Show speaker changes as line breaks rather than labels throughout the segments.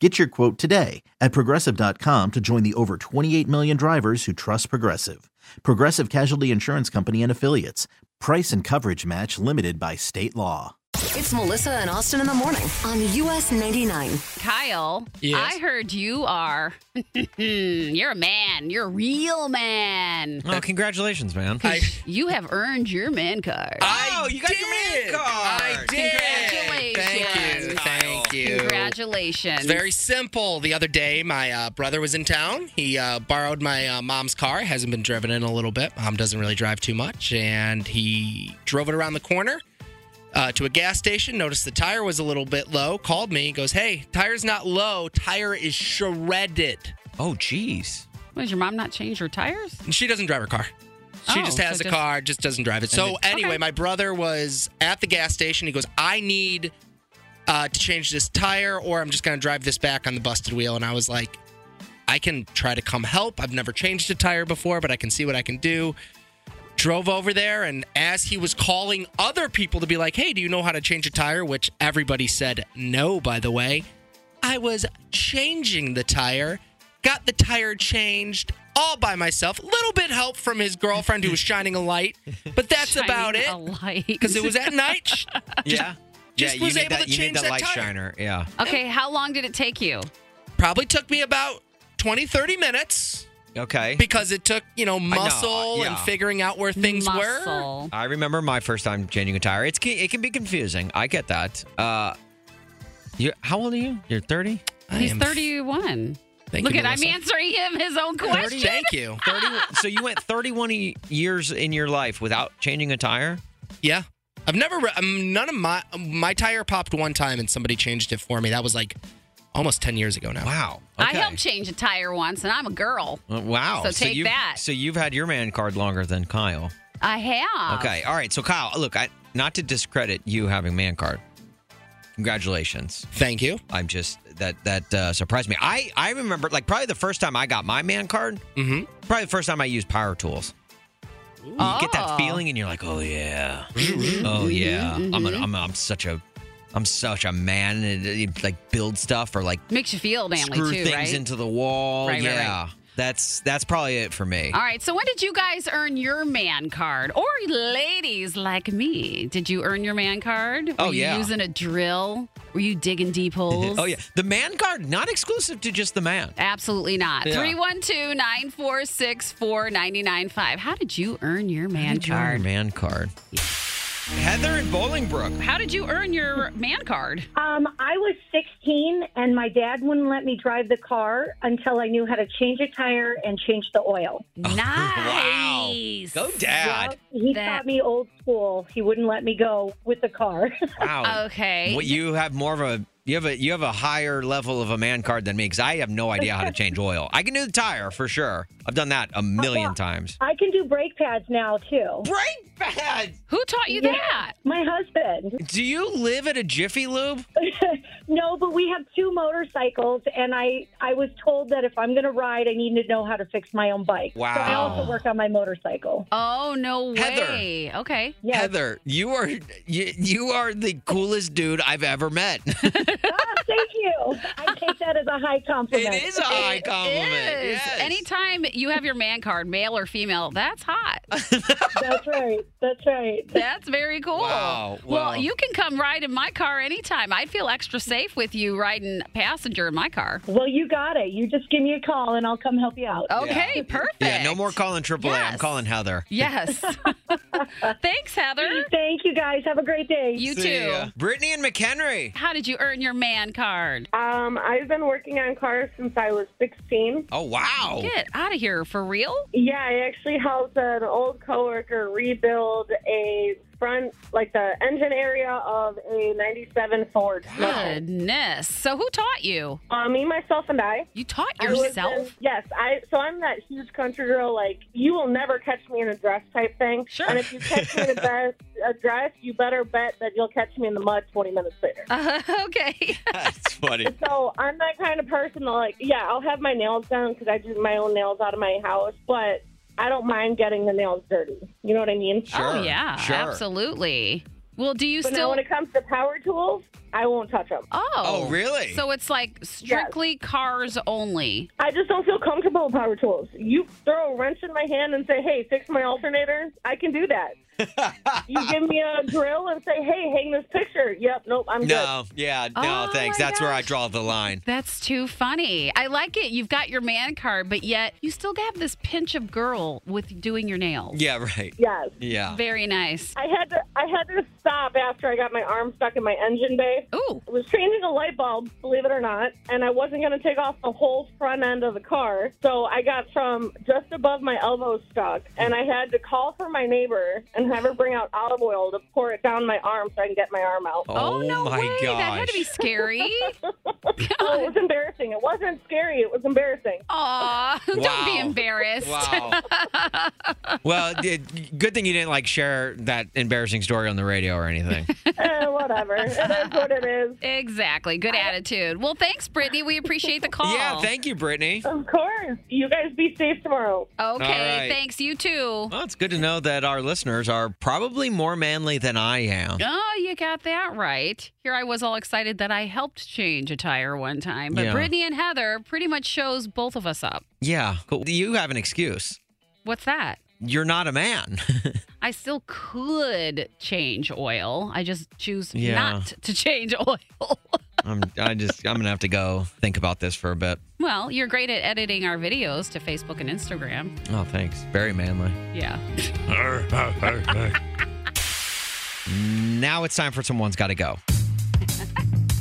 Get your quote today at progressive.com to join the over 28 million drivers who trust Progressive. Progressive Casualty Insurance Company and Affiliates. Price and coverage match limited by state law.
It's Melissa and Austin in the morning on US 99.
Kyle,
Yes.
I heard you are. you're a man. You're a real man.
Oh, congratulations, man. I,
You have earned your man card.
oh, you got your man card. I
did. Congratulations.
Thank you. Thank you.
Congratulations.
It's very simple. The other day, my uh, brother was in town. He uh, borrowed my uh, mom's car. Hasn't been driven in a little bit. Mom doesn't really drive too much, and he drove it around the corner uh, to a gas station. Noticed the tire was a little bit low. Called me. Goes, "Hey, tire's not low. Tire is shredded."
Oh, jeez.
What, does your mom not change her tires?
And she doesn't drive her car. She
Oh,
just has
so
a
just-
car, just doesn't drive it. So anyway, my brother was at the gas station. He goes, "I need uh, to change this tire, or I'm just going to drive this back on the busted wheel." And I was like, "I can try to come help. I've never changed a tire before, but I can see what I can do." Drove over there, and as he was calling other people to be like, "Hey, do you know how to change a tire?" which everybody said no, by the way. I was changing the tire, got the tire changed all by myself. A little bit help from his girlfriend who was shining a light, but that's
Shining
about
A
it.
light.
Because it was at night. Sh-
yeah.
just
yeah,
was
you need
able
that,
to
you
change
need that,
that
light
tire.
shiner. Yeah.
Okay, how long did it take you?
Probably took me about 20, 30 minutes
Okay.
because it took, you know, muscle and
yeah.
figuring out where things were.
Muscle.
I remember my first time changing a tire. It's it can be confusing. I get that. Uh, you how old are you? You're 30.
I
He's
am-
31.
Thank
Look
you,
at I'm
Melissa.
answering him his own question.
Thank you.
30. so you went 31 e- years in your life without changing a tire.
Yeah. I've never, re- um, none of my, my tire popped one time and somebody changed it for me. That was like almost 10 years ago now.
Wow. Oh,
I
Okay.
helped change a tire once, and I'm a girl.
Uh, Wow.
So take
you've,
that.
So you've had your man card longer than Kyle.
I have.
Okay. All right. So Kyle, look, I not to discredit you having man card. Congratulations.
Thank you.
I'm just that that uh, surprised me. I I remember like probably the first time I got my man card.
Mm-hmm.
Probably the first time I used power tools. You get that
Oh.
feeling, and you're like, oh yeah,
Mm-hmm.
oh yeah. I'm,
Mm-hmm.
an, I'm I'm such a I'm such a man. and It, it, like build stuff or like
Makes you feel manly
screw
too,
things
right?
into the wall.
Right, right,
yeah,
right.
that's that's probably it for me.
All right. So when did you guys earn your man card? Or ladies like me, did you earn your man card? Were
Oh,
you
yeah.
using a drill? Were you digging deep holes?
Oh yeah, the man card not exclusive to just the man.
Absolutely not.
Yeah.
Three one two nine four six four ninety nine five. How did you earn your man
Did you earn your
card?
Man card. Heather in Bolingbrook.
How did you earn your man card?
Um, I was 16, and my dad wouldn't let me drive the car until I knew how to change a tire and change the oil.
Oh. Nice.
Go dad.
He
That-
taught me old school. He wouldn't let me go with the car.
Wow.
Okay.
What you have more of a you have a you have a higher level of a man card than me because I have no idea how to change oil. I can do the tire for sure. I've done that a million times.
I can do brake pads now too.
Brake pad.
Who taught you
Yeah.
that?
My husband.
Do you live at a Jiffy Lube?
No, but we have two motorcycles, and I I was told that if I'm going to ride, I need to know how to fix my own bike. So I
Wow.
also work on my motorcycle.
Oh no
Heather.
way. Okay.
Yes.
Heather, you are you, you are the coolest dude I've ever met.
Ah, thank you. I take that as a high compliment.
it is a high compliment.
It is.
Yes.
Anytime you have your man card, male or female, that's hot.
That's right. That's right.
That's very cool.
Wow,
Well,
wow.
you can come ride in my car anytime. I feel extra safe with you riding passenger in my car.
Well, you got it. You just give me a call and I'll come help you out.
Okay, perfect.
Yeah, no more calling AAA. I'm
Yes.
calling Heather.
Yes. Thanks, Heather.
Thank you guys. Have a great day.
You
See
too.
ya. Brittany and McHenry.
How did you earn your man card?
Um, I've been working on cars since I was 16.
Oh, wow.
Get out of here for real?
Yeah, I actually helped an old coworker rebuild a front, like the engine area of a 97 Ford.
Goodness. So who taught you?
Uh, me, myself, and I.
You taught
I was
yourself?
in- yes, I. So I'm that huge country girl. Like you will never catch me in a dress type thing.
Sure.
And if you catch me in a dress, a dress, you better bet that you'll catch me in the mud 20 minutes later.
Uh-huh. okay.
That's funny.
So I'm that kind of person that, like, yeah, I'll have my nails done because I do my own nails out of my house, but I don't mind getting the nails dirty. You know what I mean?
oh, yeah.
Sure.
Absolutely. Well, do you
But now
still.
when it comes to power tools, I won't touch them.
Oh.
Oh, really?
So it's like strictly cars only.
I just don't feel comfortable with power tools. You throw a wrench in my hand and say, hey, fix my alternator, I can do that. you give me a drill and say, hey, hang this picture. Yep, nope, I'm
No, yeah, no,
Oh,
thanks.
my
That's where I
gosh.
draw the line.
That's too funny. I like it. You've got your man card, but yet you still have this pinch of girl with doing your nails.
Yeah, right.
good. Yes.
Yeah.
Very nice.
I had to I had to stop after I got my arm stuck in my engine bay.
Ooh.
was changing a light bulb, believe it or not, and I wasn't going to take off the whole front end of the car. So I got from just above my elbow stuck, and I had to call for my neighbor and have her bring out olive oil to pour it down my arm so I can get my arm out.
Oh, no
my
way.
gosh.
That had to be scary.
So it was embarrassing. It wasn't scary, it was embarrassing.
Aw, don't be
Wow.
embarrassed.
Wow. well, it, good thing you didn't like share that embarrassing story on the radio or anything.
eh, whatever. It is what it is.
Exactly. Good attitude. Well, thanks, Brittany. We appreciate the call.
yeah, thank you, Brittany.
Of course. You guys be safe tomorrow.
Okay,
All right.
thanks. You too.
Well, it's good to know that our listeners are probably more manly than I am.
Oh, you got that right. Here I was all excited that I helped change a tire one time. But
Yeah.
Brittany and Heather pretty much shows both of us up.
Yeah, cool. You have an excuse.
What's that?
You're not a man.
I still could change oil. I just choose
Yeah.
not to change oil.
I'm, I just, I'm gonna have to go think about this for a bit.
well, you're great at editing our videos to Facebook and Instagram.
Oh, thanks. Very manly.
Yeah.
Now it's time for someone's got to go.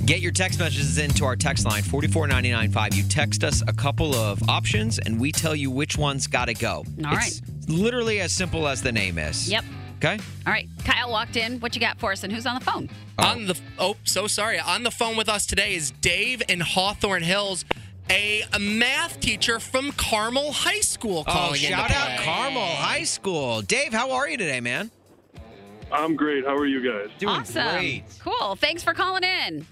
Get your text messages into our text line 44995. You text us a couple of options and we tell you which one's got to go.
All
It's Literally as simple as the name is.
Yep.
Okay.
All right. Kyle walked in. What you got for us? And who's on the phone?
On the oh, so sorry. On the phone with us today is Dave in Hawthorne Hills, a, a math teacher from Carmel High School calling
Oh,
in. to
shout
play.
out Carmel High School. Dave, how are you today, man?
I'm great. How are you guys?
Doing
awesome.
great.
Cool. Thanks for calling in.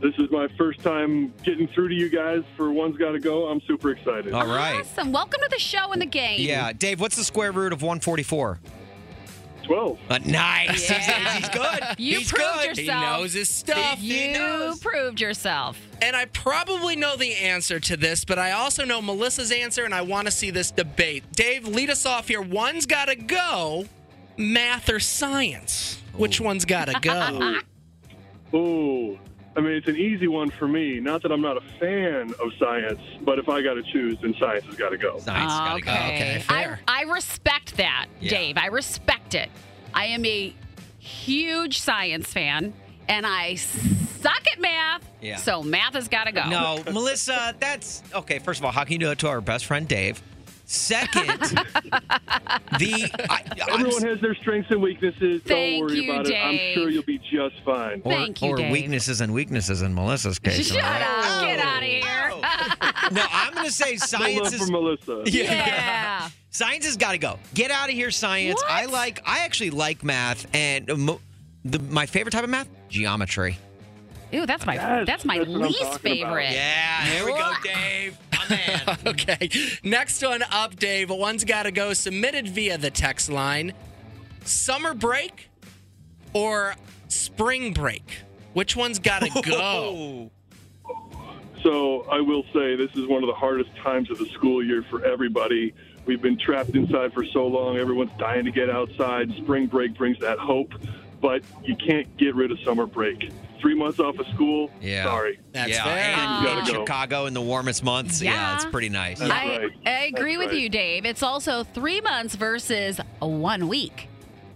This is my first time getting through to you guys for One's Gotta Go. I'm super excited.
All right.
Awesome. Welcome to the show and the game.
Yeah, Dave, what's the square root of 144?
12.
Uh, nice. He's good.
You
He's
proved
good.
yourself.
He knows his stuff.
He
You
knows.
proved yourself.
And I probably know the answer to this, but I also know Melissa's answer, and I want to see this debate. Dave, lead us off here. One's got to go math or science. Which one's got to go?
Ooh. I mean, it's an easy one for me. Not that I'm not a fan of science, but if I gotta choose, then science has gotta go.
Science gotta go.
Okay,
I,
fair.
I respect that,
Yeah.
Dave. I respect it. I am a huge science fan and I suck at math.
Yeah.
So math has got to go.
No, Melissa, that's okay. First of all, how can you do it to our best friend Dave? Second, the I, I'm-
Everyone has their strengths and weaknesses.
Thank
Don't worry
you,
about it.
Dave.
I'm sure you'll be just fine.
or,
Thank you,
or
Dave.
weaknesses and weaknesses in Melissa's case.
Shut
all right?
up. Get out of
Oh,
here.
No, I'm gonna say
No love
science
for
is
Melissa.
yeah.
science has got to go. Get out of here, science.
What?
I like. I actually like math, and mo- the, my favorite type of math, geometry.
Ew, that's my
Yes,
that's my
that's what I'm
least
talking about.
favorite.
Ah,
Yeah, there we go, Dave. My man.
okay. Next one up, Dave. One's got to go. Submitted via the text line. Summer break or spring break? Which one's got to go?
Oh.
So I will say this is one of the hardest times of the school year for everybody. We've been trapped inside for so long. Everyone's dying to get outside. Spring break brings that hope, but you can't get rid of summer break. Three months off of school.
Yeah.
Sorry.
yeah,
You
and
gotta
in
go.
Chicago in the warmest months. Yeah,
Yeah.
it's pretty nice.
I, I agree with you, Dave. It's also three months versus one week,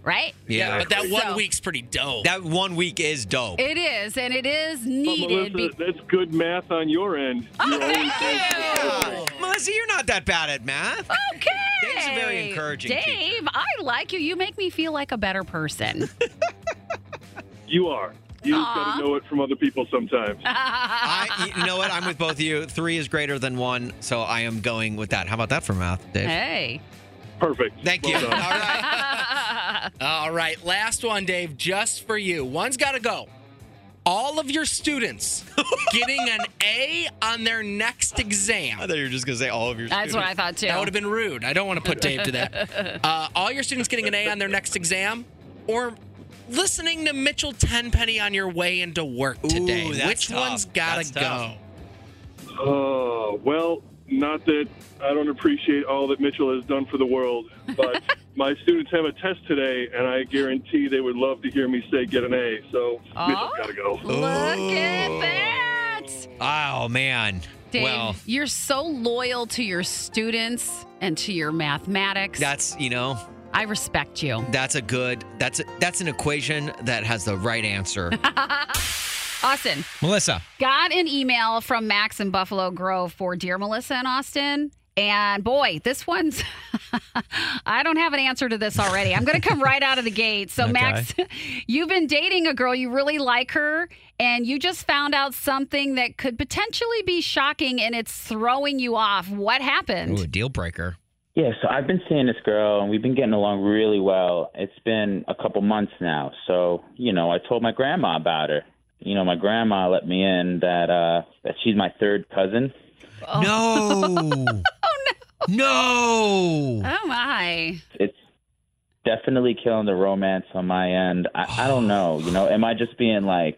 right?
Yeah,
but that one
So-
week's pretty dope.
That one week is dope.
It is, and it is
But
needed. Oh,
Melissa, that's good math on your end. You're always
Oh, Melissa, you're not that bad at math.
Okay.
Dave's Ah, a very encouraging
Dave,
teacher.
I like you. You make me feel like a better person.
You are. You just
Aw.
gotta know it from other people sometimes.
I, you know what? I'm with both of you. Three is greater than one, so I am going with that. How about that for math, Dave?
hey.
Perfect.
Thank you.
Well
All
done.
right.
All right, last one, Dave, just for you. One's got to go. All of your students getting an A on their next
I
exam.
thought you were just gonna say all of your.
That's what I
students.
thought too.
That would have been rude. I don't want to put Dave to that. Uh, all your students getting an A on their next exam or listening to Mitchell Tenpenny on your way into work today.
Ooh, that's
Which
tough.
one's got
That's
to
tough.
go?
Oh, well, not that I don't appreciate all that Mitchell has done for the world, but my students have a test today, and I guarantee they would love to hear me say get an A. So Mitchell's got to go.
Look
e- Ooh.
at that.
Oh man.
Dave,
Well,
you're so loyal to your students and to your mathematics.
that's you know
I respect you.
that's a good that's a, that's an equation that has the right answer.
Austin,
Melissa.
got an email from Max in Buffalo Grove for Dear Melissa and Austin. And boy, this one's, I don't have an answer to this already. I'm going to come right out of the gate. So, Max, you've been dating a girl, you really like her, and you just found out something that could potentially be shocking and it's throwing you off. What happened?
Ooh, a deal breaker.
Yeah, so I've been seeing this girl and we've been getting along really well. It's been a couple months now. So, you know, I told my grandma about her. You know, my grandma let me in that uh that she's my third cousin.
No. oh no. No.
Oh, my.
It's definitely killing the romance on my end. I, I don't know, you know, am I just being like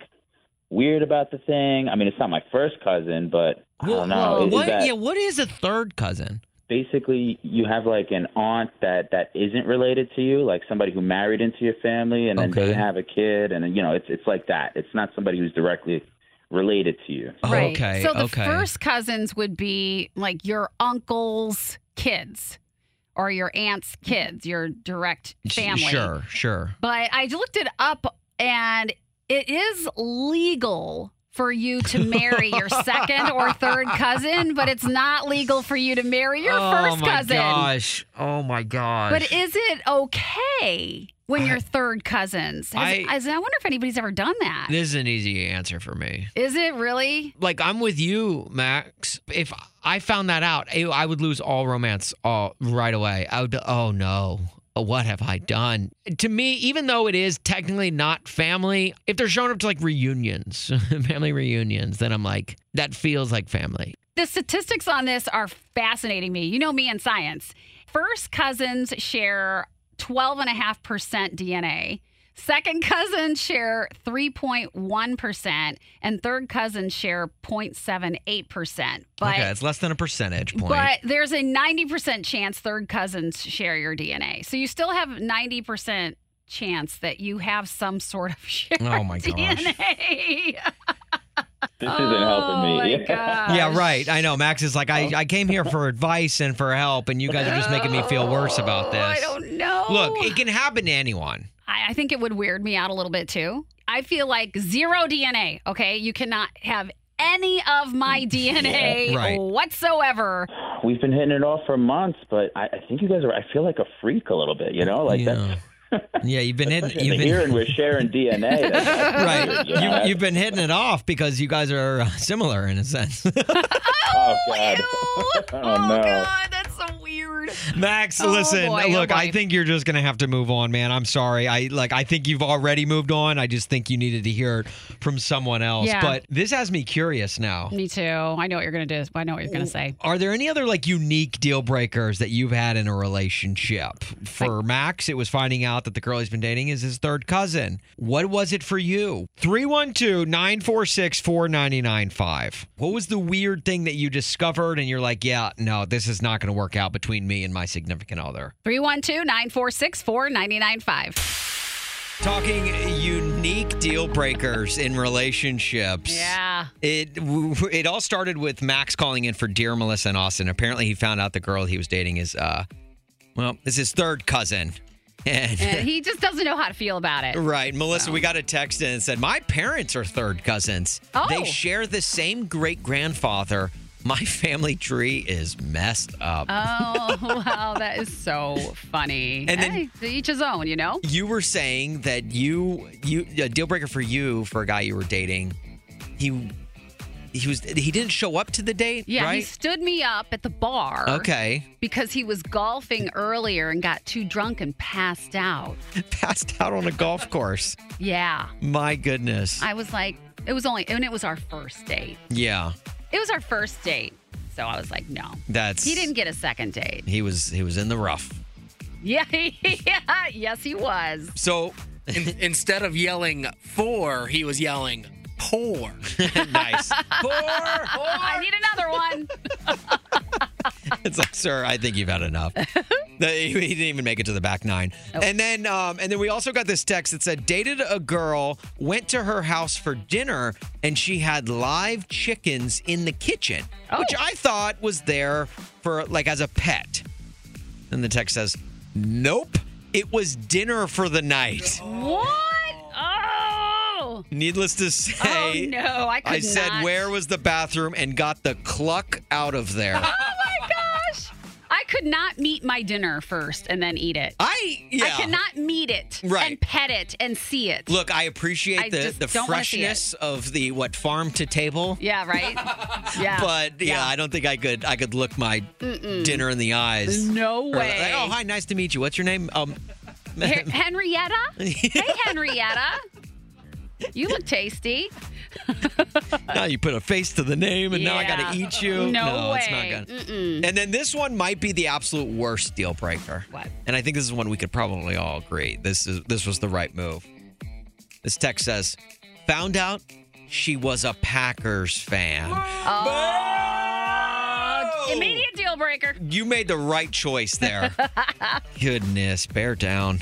weird about the thing? I mean, it's not my first cousin, but I don't know. Is- is
what?
that-
Yeah. What is a third cousin?
basically you have like an aunt that that isn't related to you like somebody who married into your family and then
Okay.
they have a kid and then, you know it's it's like that it's not somebody who's directly related to you
Oh,
right.
Okay.
So the
okay.
first cousins would be like your uncle's kids or your aunt's kids, your direct family.
Sure. Sure.
But I looked it up and it is legal for you to marry your second or third cousin, but it's not legal for you to marry your
oh
first
my
cousin.
gosh. Oh my gosh.
But is it okay when you're third cousins? Has-
I-
has- I wonder if anybody's ever done that. Is
this is an easy answer for me.
it really?
like I'm with you, Max. If I found that out, I I would lose all romance all right away. I would. Oh no. What have I done? To me, even though it is technically not family, if they're showing up to like reunions, family reunions, then I'm like, that feels like family.
The statistics on this are fascinating me. You know me and science. First cousins share 12.5% DNA. Second cousins share 3.1%, and third cousins share 0.78%. But,
it's less than a percentage point.
but there's a 90% chance third cousins share your DNA. So you still have 90% chance that you have some sort of shared
Oh, my gosh.
DNA.
this isn't helping
Oh, my
me
gosh.
yeah, right. I know. Max is like, I, I came here for advice and for help, and you guys are just making me feel worse about
Oh,
this.
I don't know.
Look, it can happen to anyone.
I, I think it would weird me out a little bit too. I feel like zero DNA. Okay, you cannot have any of my DNA
Mm. Right.
whatsoever.
we've been hitting it off for months but I, I think you guys are i feel like a freak a little bit you know like
yeah.
that's
yeah, you've been hitting.
in
You've
the
been,
hearing we're sharing dna that's, that's
right.
weird, you know?
You, you've been hitting it off because you guys are uh, similar in a sense.
oh god
Ew. oh
no.
God, that's so weird.
Max,
Oh,
listen,
boy, oh,
look, I
boy.
think you're just gonna have to move on, man. I'm sorry. I like I think you've already moved on. I just think you needed to hear it from someone else.
Yeah.
But this has me curious now.
Me too. I know what you're gonna do. I know what you're gonna say.
Are there any other like unique deal breakers that you've had in a relationship? For Max, it was finding out that the girl he's been dating is his third cousin. What was it for you? 312 946 4995. What was the weird thing that you discovered and you're like, yeah, no, this is not going to work out between me me and my significant other.
312 946 4995.
Talking unique deal breakers in relationships.
Yeah.
It w- w- it all started with Max calling in for dear Melissa and Austin. Apparently, he found out the girl he was dating is uh, well, is his third cousin, and.
And he just doesn't know how to feel about it.
Right, Melissa, we got a text and it said, My parents are third cousins.
Oh.
They share the same great grandfather. My family tree is messed up.
Oh, wow. That is so funny.
And then-
Hey, to each his own, you know?
you were saying that you you a deal breaker for you for a guy you were dating he he was he didn't show up to the date
Yeah, he
right
stood me up at the bar.
okay
Because he was golfing earlier and got too drunk and passed out.
passed out on a golf course
Yeah.
my goodness
I was like, it was only, and it was our first date.
yeah
It was our first date. So I was like, no.
that's
He didn't get a second date.
he was he was in the rough
Yeah. yeah yes, he was.
so
in, instead of yelling for, he was yelling poor.
nice
I need another one.
it's like sir i think you've had enough he he didn't even make it to the back nine and then um and then we also got this text that said dated a girl went to her house for dinner and she had live chickens in the kitchen
Oh.
which i thought was there for like as a pet and the text says nope it was dinner for the night
What? Oh.
Needless to say,
Oh, no, I could
I said,
not.
"Where was the bathroom?" and got the cluck out of there.
Oh my gosh. I could not meet my dinner first and then eat it.
I yeah.
I cannot meet it
Right.
and pet it and see it.
Look, I appreciate
I
the
just
the
don't wanna see it.
freshness of the what farm to table.
Yeah, right? yeah.
But yeah, I don't think I could I could look my
Mm-mm.
dinner in the eyes.
No
Or like,
way.
oh, hi, nice to meet you. What's your name? Um
Her- Henrietta? hey, Henrietta. You look tasty.
now you put a face to the name and now I got to
Yeah.
eat you.
No
it's not
way.
good. And then this one might be the absolute worst deal breaker. What? And I think this is one we could probably all agree. This is this was the right move. This text says, "Found out she was a Packers fan."
Oh. Immediate deal breaker.
You made the right choice there. Goodness, bear down.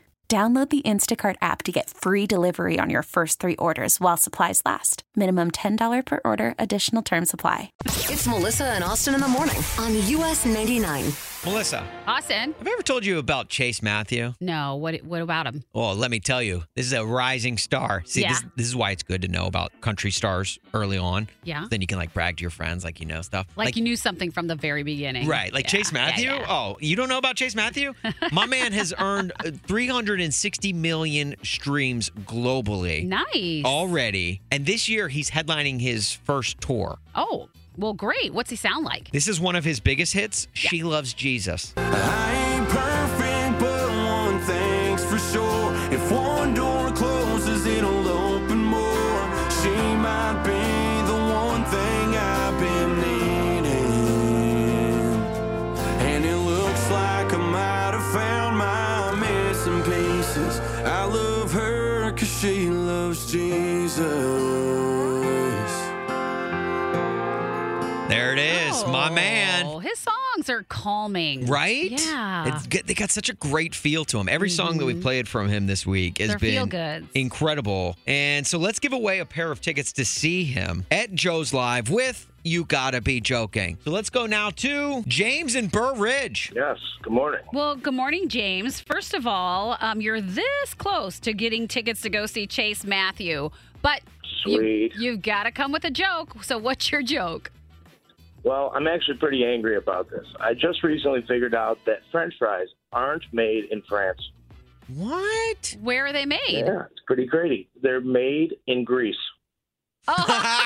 Download the Instacart app to get free delivery on your first three orders while supplies last. Minimum $10 per order, additional term supply.
It's Melissa and Austin in the morning on US 99.
Melissa,
Austin.
have I ever told you about Chase Matthew?
No, what what about him?
Oh, let me tell you, this is a rising star. See, this,
Yeah.
this is why it's good to know about country stars early on.
Yeah.
Then you can like brag to your friends, like you know stuff.
Like, you knew something from the very beginning.
Right, like
Yeah,
Chase
yeah,
Matthew.
yeah.
Oh, you don't know about Chase Matthew? My man has earned uh, 360 million streams globally
Nice.
Oh. already, and this year he's headlining his first tour.
Oh, well, great. What's he sound like?
This is one of his biggest hits. She loves Jesus.
Thanks for sure. If one door closes, it'll open more. She might be the one thing I've been needing. And it looks like I might have found my missing pieces. I love her cause she loves Jesus.
There it is, my man.
Oh, his songs are calming.
Right?
Yeah.
It's good. They got such a great feel to him. Every song that we
Mm-hmm.
played from him this week has
They're
been
feel-goods.
incredible. And so let's give away a pair of tickets to see him at Joe's Live with You Gotta Be Joking. So let's go now to James in Burr Ridge.
Yes, good morning.
well, good morning, James. First of all, um, you're this close to getting tickets to go see Chase Matthew, but
Sweet.
You, have got to come with a joke. So, what's your joke?
Well, I'm actually pretty angry about this. I just recently figured out that French fries aren't made in France.
What?
Where are they made?
Yeah, it's pretty crazy. They're made in Greece.
Oh.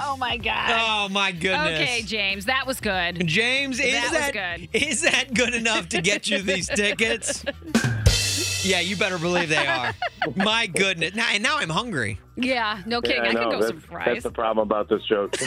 Oh my god.
Oh my goodness.
Okay, James, that was good.
James, is
that,
that-
was good?
Is that good enough to get you these tickets? Yeah, you better believe they are. My goodness. Now, and now I'm hungry.
Yeah, no kidding. I,
Yeah,
could
know.
go
that's,
surprise.
That's the problem about this joke.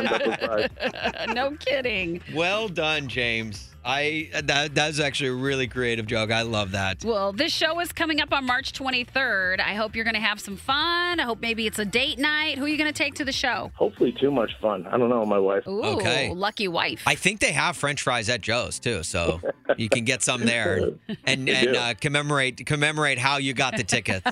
no kidding.
Well done, James. I that that was actually a really creative joke. I love that.
Well, this show is coming up on March 23rd. I hope you're going to have some fun. I hope maybe it's a date night. Who are you going to take to the show?
Hopefully, too much fun. I don't know, my wife.
Ooh, lucky wife.
I think they have French fries at Joe's too, so you can get some there and
They
and
do.
uh, commemorate commemorate how you got the tickets.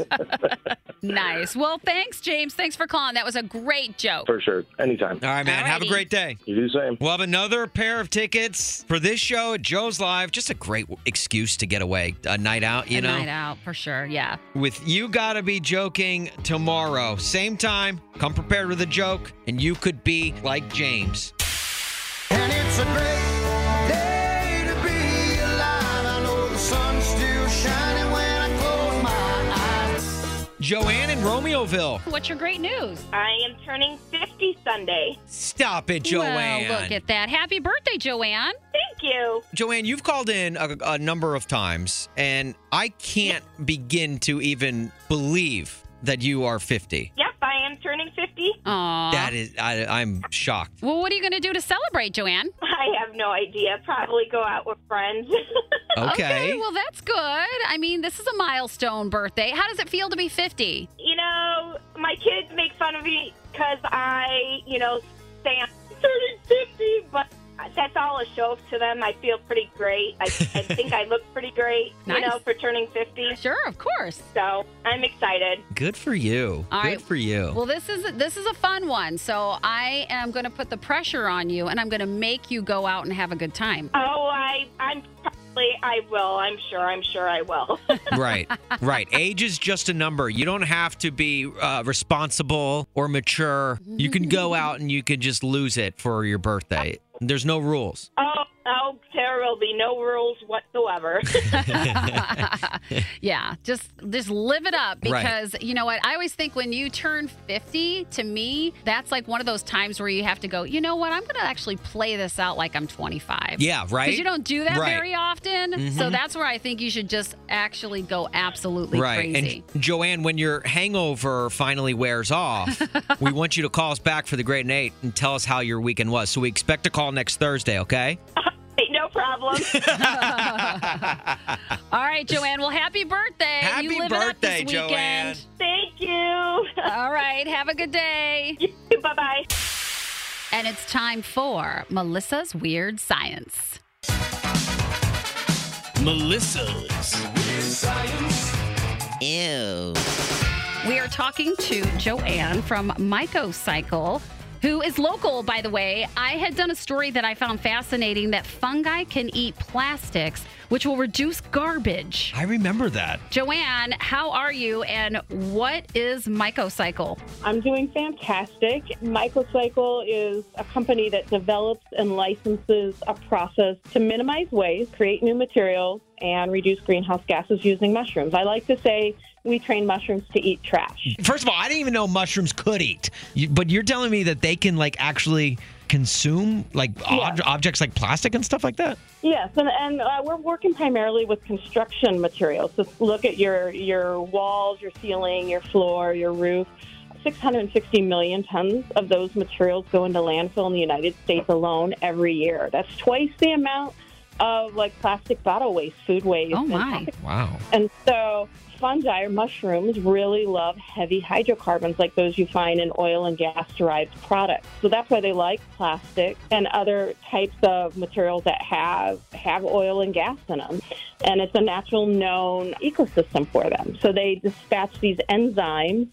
Nice. Well, thanks, James. Thanks for calling. That was a great joke.
For sure. Anytime.
All right, man. Have a great day.
You do the same.
We'll have another pair of tickets for this show at Joe's Live. Just a great w- excuse to get away, a night out. You
a
know,
night out for sure. Yeah.
with You Gotta Be Joking tomorrow. Same time, come prepared with a joke, and you could be like James.
And it's a great day to be alive. I know the sun's still shining when I close my eyes.
Joanne in Romeoville.
What's your great news?
I am turning 50 Sunday.
Stop it, Joanne.
Well, look at that. Happy birthday, Joanne.
Thank you.
Joanne, you've called in a, a number of times, and I can't begin to even believe that you are 50.
Yep, I am turning 50.
Aww.
That is, I, I'm shocked.
Well, what are you going to do to celebrate, Joanne?
I have no idea. Probably go out with friends.
Okay.
well, that's good. I mean, this is a milestone birthday. How does it feel to be 50?
you know, my kids make fun of me because I, you know, say I'm turning 50, but that's all a show to them. I feel pretty great. I, I think I look pretty great,
Nice.
you know, for turning 50.
Sure, of course.
So I'm excited.
Good for you.
All
Good
right.
for you.
Well, this is this is a fun one. So I am going to put the pressure on you, and I'm going to make you go out and have a good time.
Oh, I, I'm probably, I will. I'm sure. I'm sure I will.
right, right. Age is just a number. You don't have to be uh, responsible or mature. You can go out and you can just lose it for your birthday. There's no rules.
oh, oh, there will be no rules whatsoever.
Yeah, just just live it up
Right.
because you know what? I always think when you turn 50, to me, that's like one of those times where you have to go, you know what? I'm going to actually play this out like I'm 25.
Yeah, right?
Because you don't do that
Right.
very often. So
Mhm.
that's where I think you should just actually go absolutely
right.
crazy.
And Joanne, when your hangover finally wears off, we want you to call us back for the Great Nate and tell us how your weekend was. So we expect a call next Thursday, okay?
no problem.
All right, Joanne. Well, happy birthday. Happy you live
birthday,
it up this weekend.
Joanne.
Thank you. All
right. Have a good day.
bye bye.
And it's time for Melissa's Weird Science.
Melissa's. Science.
Ew. We are talking to Joanne from Mycocycle, who is local, by the way. I had done a story that I found fascinating that fungi can eat plastics, which will reduce garbage.
I remember that.
Joanne, how are you and what is Mycocycle?
I'm doing fantastic. Mycocycle is a company that develops and licenses a process to minimize waste, create new materials, and reduce greenhouse gases using mushrooms. I like to say we train mushrooms to eat trash.
First of all, I didn't even know mushrooms could eat. You- But you're telling me that they can like actually consume like ob- objects like plastic and stuff like that?
Yes, and, and uh, we're working primarily with construction materials. So look at your your walls, your ceiling, your floor, your roof. 660 million tons of those materials go into landfill in the United States alone every year. That's twice the amount of like plastic bottle waste, food waste. Oh my!
Wow.
And so fungi or mushrooms really love heavy hydrocarbons like those you find in oil and gas derived products. So that's why they like plastic and other types of materials that have have oil and gas in them. And it's a natural known ecosystem for them. So they dispatch these enzymes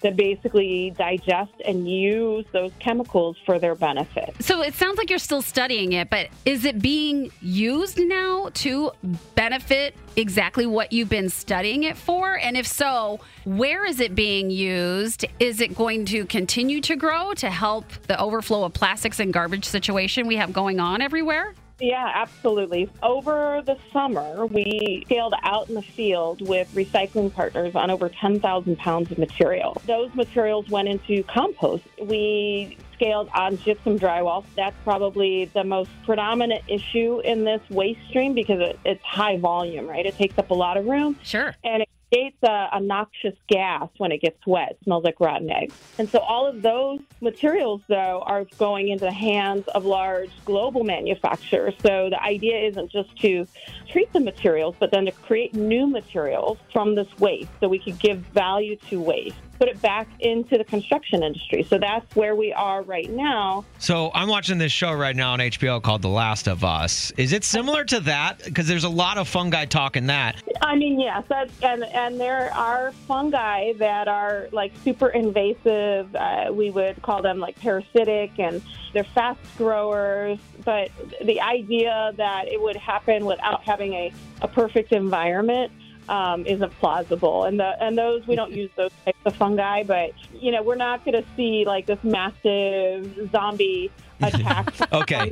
that basically digest and use those chemicals for their benefit.
So it sounds like you're still studying it, but is it being used now to benefit exactly what you've been studying it for? And if so, where is it being used? Is it going to continue to grow to help the overflow of plastics and garbage situation we have going on everywhere?
Yeah, absolutely. Over the summer, we scaled out in the field with recycling partners on over 10,000 pounds of material. Those materials went into compost. We scales on gypsum drywall. That's probably the most predominant issue in this waste stream because it, it's high volume, right? It takes up a lot of room.
Sure.
And it creates a, a noxious gas when it gets wet. It smells like rotten eggs. And so all of those materials, though, are going into the hands of large global manufacturers. So the idea isn't just to treat the materials, but then to create new materials from this waste so we could give value to waste. Put it back into the construction industry. So that's where we are right now.
So I'm watching this show right now on HBO called The Last of Us. Is it similar to that? Because there's a lot of fungi talk in that.
I mean, yes, that's, and and there are fungi that are like super invasive. Uh, we would call them like parasitic, and they're fast growers. But the idea that it would happen without having a, a perfect environment um, isn't plausible. And the and those we don't use those types of fungi. But you know, we're not going to see like this massive zombie attack.
Okay.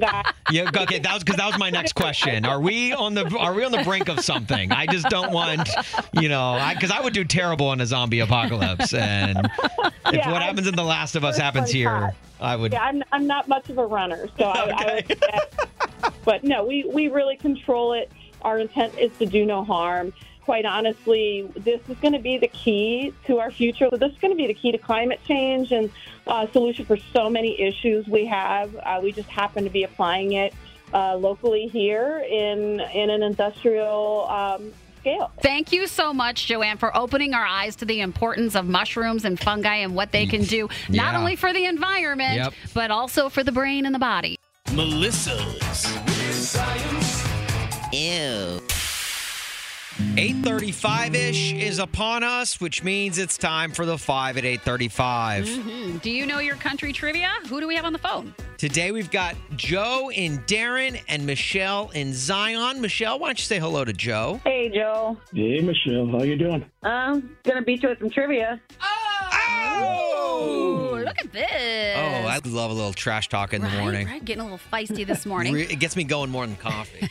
Yeah. Okay. That was because that was my next question. Are we on the Are we on the brink of something? I just don't want, you know, because I, would do terrible in a zombie apocalypse, and if
Yeah,
what
I-
happens in The Last of Us happens here, I would.
Yeah, I'm, I'm not much of a runner, so I, I would. but no, we, we really control it. Our intent is to do no harm. Quite honestly, this is going to be the key to our future. This is going to be the key to climate change and uh, solution for so many issues we have. Uh, we just happen to be applying it uh, locally here in in an industrial um, scale.
Thank you so much, Joanne, for opening our eyes to the importance of mushrooms and fungi and what they can do, not
Yeah.
only for the environment,
Yep.
but also for the brain and the body.
Melissa's.
Ew. 8:35 ish is upon us, which means it's time for the five at 8:35.
Mm-hmm.
Mhm. Do you know your country trivia? Who do we have on the phone?
Today we've got Joe in Darren and Michelle in Zion. Michelle, why don't you say hello to Joe?
Hey, Joe.
Hey, Michelle, how you doing?
I'm going to beat you with some trivia.
Oh, look at this.
Oh, I love a little trash talk in the morning.
Right, getting a little feisty this morning.
Re- It gets me going more than coffee.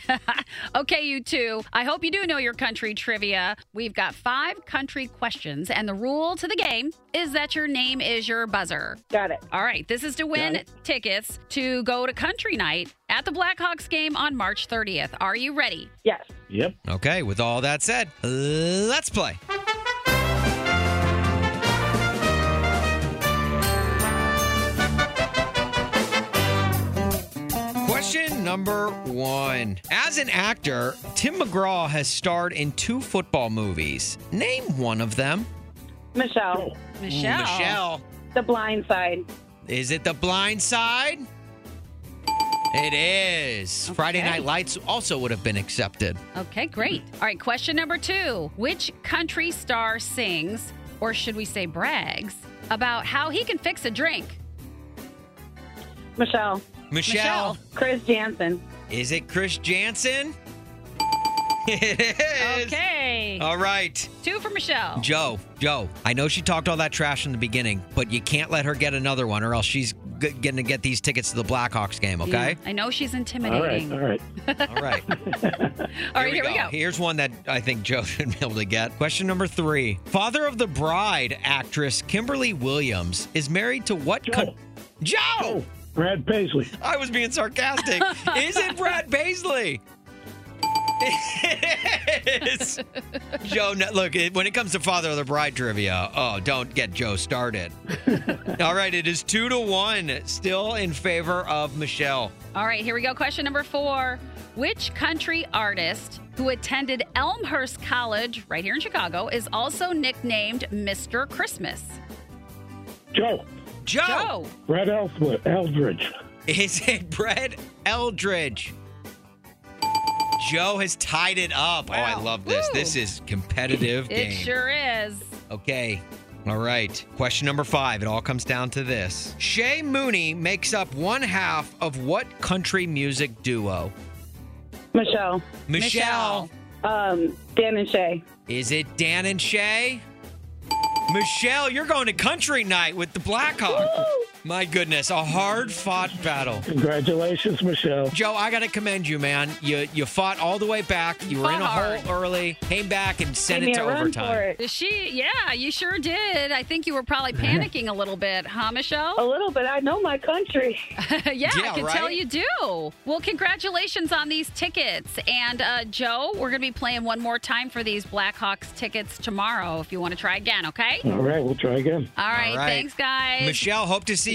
Okay, you two. I hope you do know your country trivia. We've got five country questions, and the rule to the game is that your name is your buzzer.
Got it.
All right, this is to
Got
win
it.
tickets to go to country night at the Blackhawks game on March 30th. Are you ready?
Yes.
yep. Okay, with all that said, let's play. Question number one. As an actor, Tim McGraw has starred in two football movies. Name one of them.
Michelle.
Michelle. Ooh, Michelle.
The blind side.
Is it The Blind Side? It is. Friday
Okay.
Night Lights also would have been accepted.
Okay, great. All right, question number two. Which country star sings, or should we say brags, about how he can fix a drink?
Michelle.
Michelle.
Chris Jansen.
Is it Chris Jansen? It is.
Okay. Oh.
All right.
Two for Michelle.
Joe, Joe, I know she talked all that trash in the beginning, but you can't let her get another one or else she's g- going to get these tickets to the Blackhawks game, okay?
Yeah, I know she's intimidating.
right. All right.
All right, here we go.
Here's one that I think Joe should be able to get. Question number three Father of the Bride actress Kimberly Williams is married to what? Joe. Joe! Brad Paisley. I was being sarcastic. is it Brad Paisley? It is. Joe, no, look, it, when it comes to Father of the Bride trivia, oh, don't get Joe started. All right, it is two to one, still in favor of Michelle.
All right, here we go. Question number four. Which country artist who attended Elmhurst College right here in Chicago is also nicknamed Mr. Christmas?
Joe.
Joe.
Brad Elfwood, Eldridge.
Is it Brett Eldridge? Joe has tied it up. Oh, I love this. This is competitive game.
It sure is.
Okay. All right. Question number five. It all comes down to this. Shay Mooney makes up one half of what country music duo?
Michelle.
Michelle.
Um, Dan and Shay.
Is it Dan and Shay? Michelle, you're going to country night with the Blackhawks. My goodness, a hard fought battle.
Congratulations, Michelle.
Joe, I got to commend you, man. You you fought all the way back. You were
Fought
in a
hard.
hole early, came back and sent
Give
it
me
to
a run
overtime.
She, yeah, you sure did. I think you were probably panicking a little bit, huh, Michelle? A
little bit. I know my country.
yeah, I
Yeah,
can tell
right?
you do. Well, congratulations on these tickets. And uh, Joe, we're going to be playing one more time for these Blackhawks tickets tomorrow if you want to try again, okay?
All right, we'll try again.
All right, thanks, guys.
Michelle, hope to see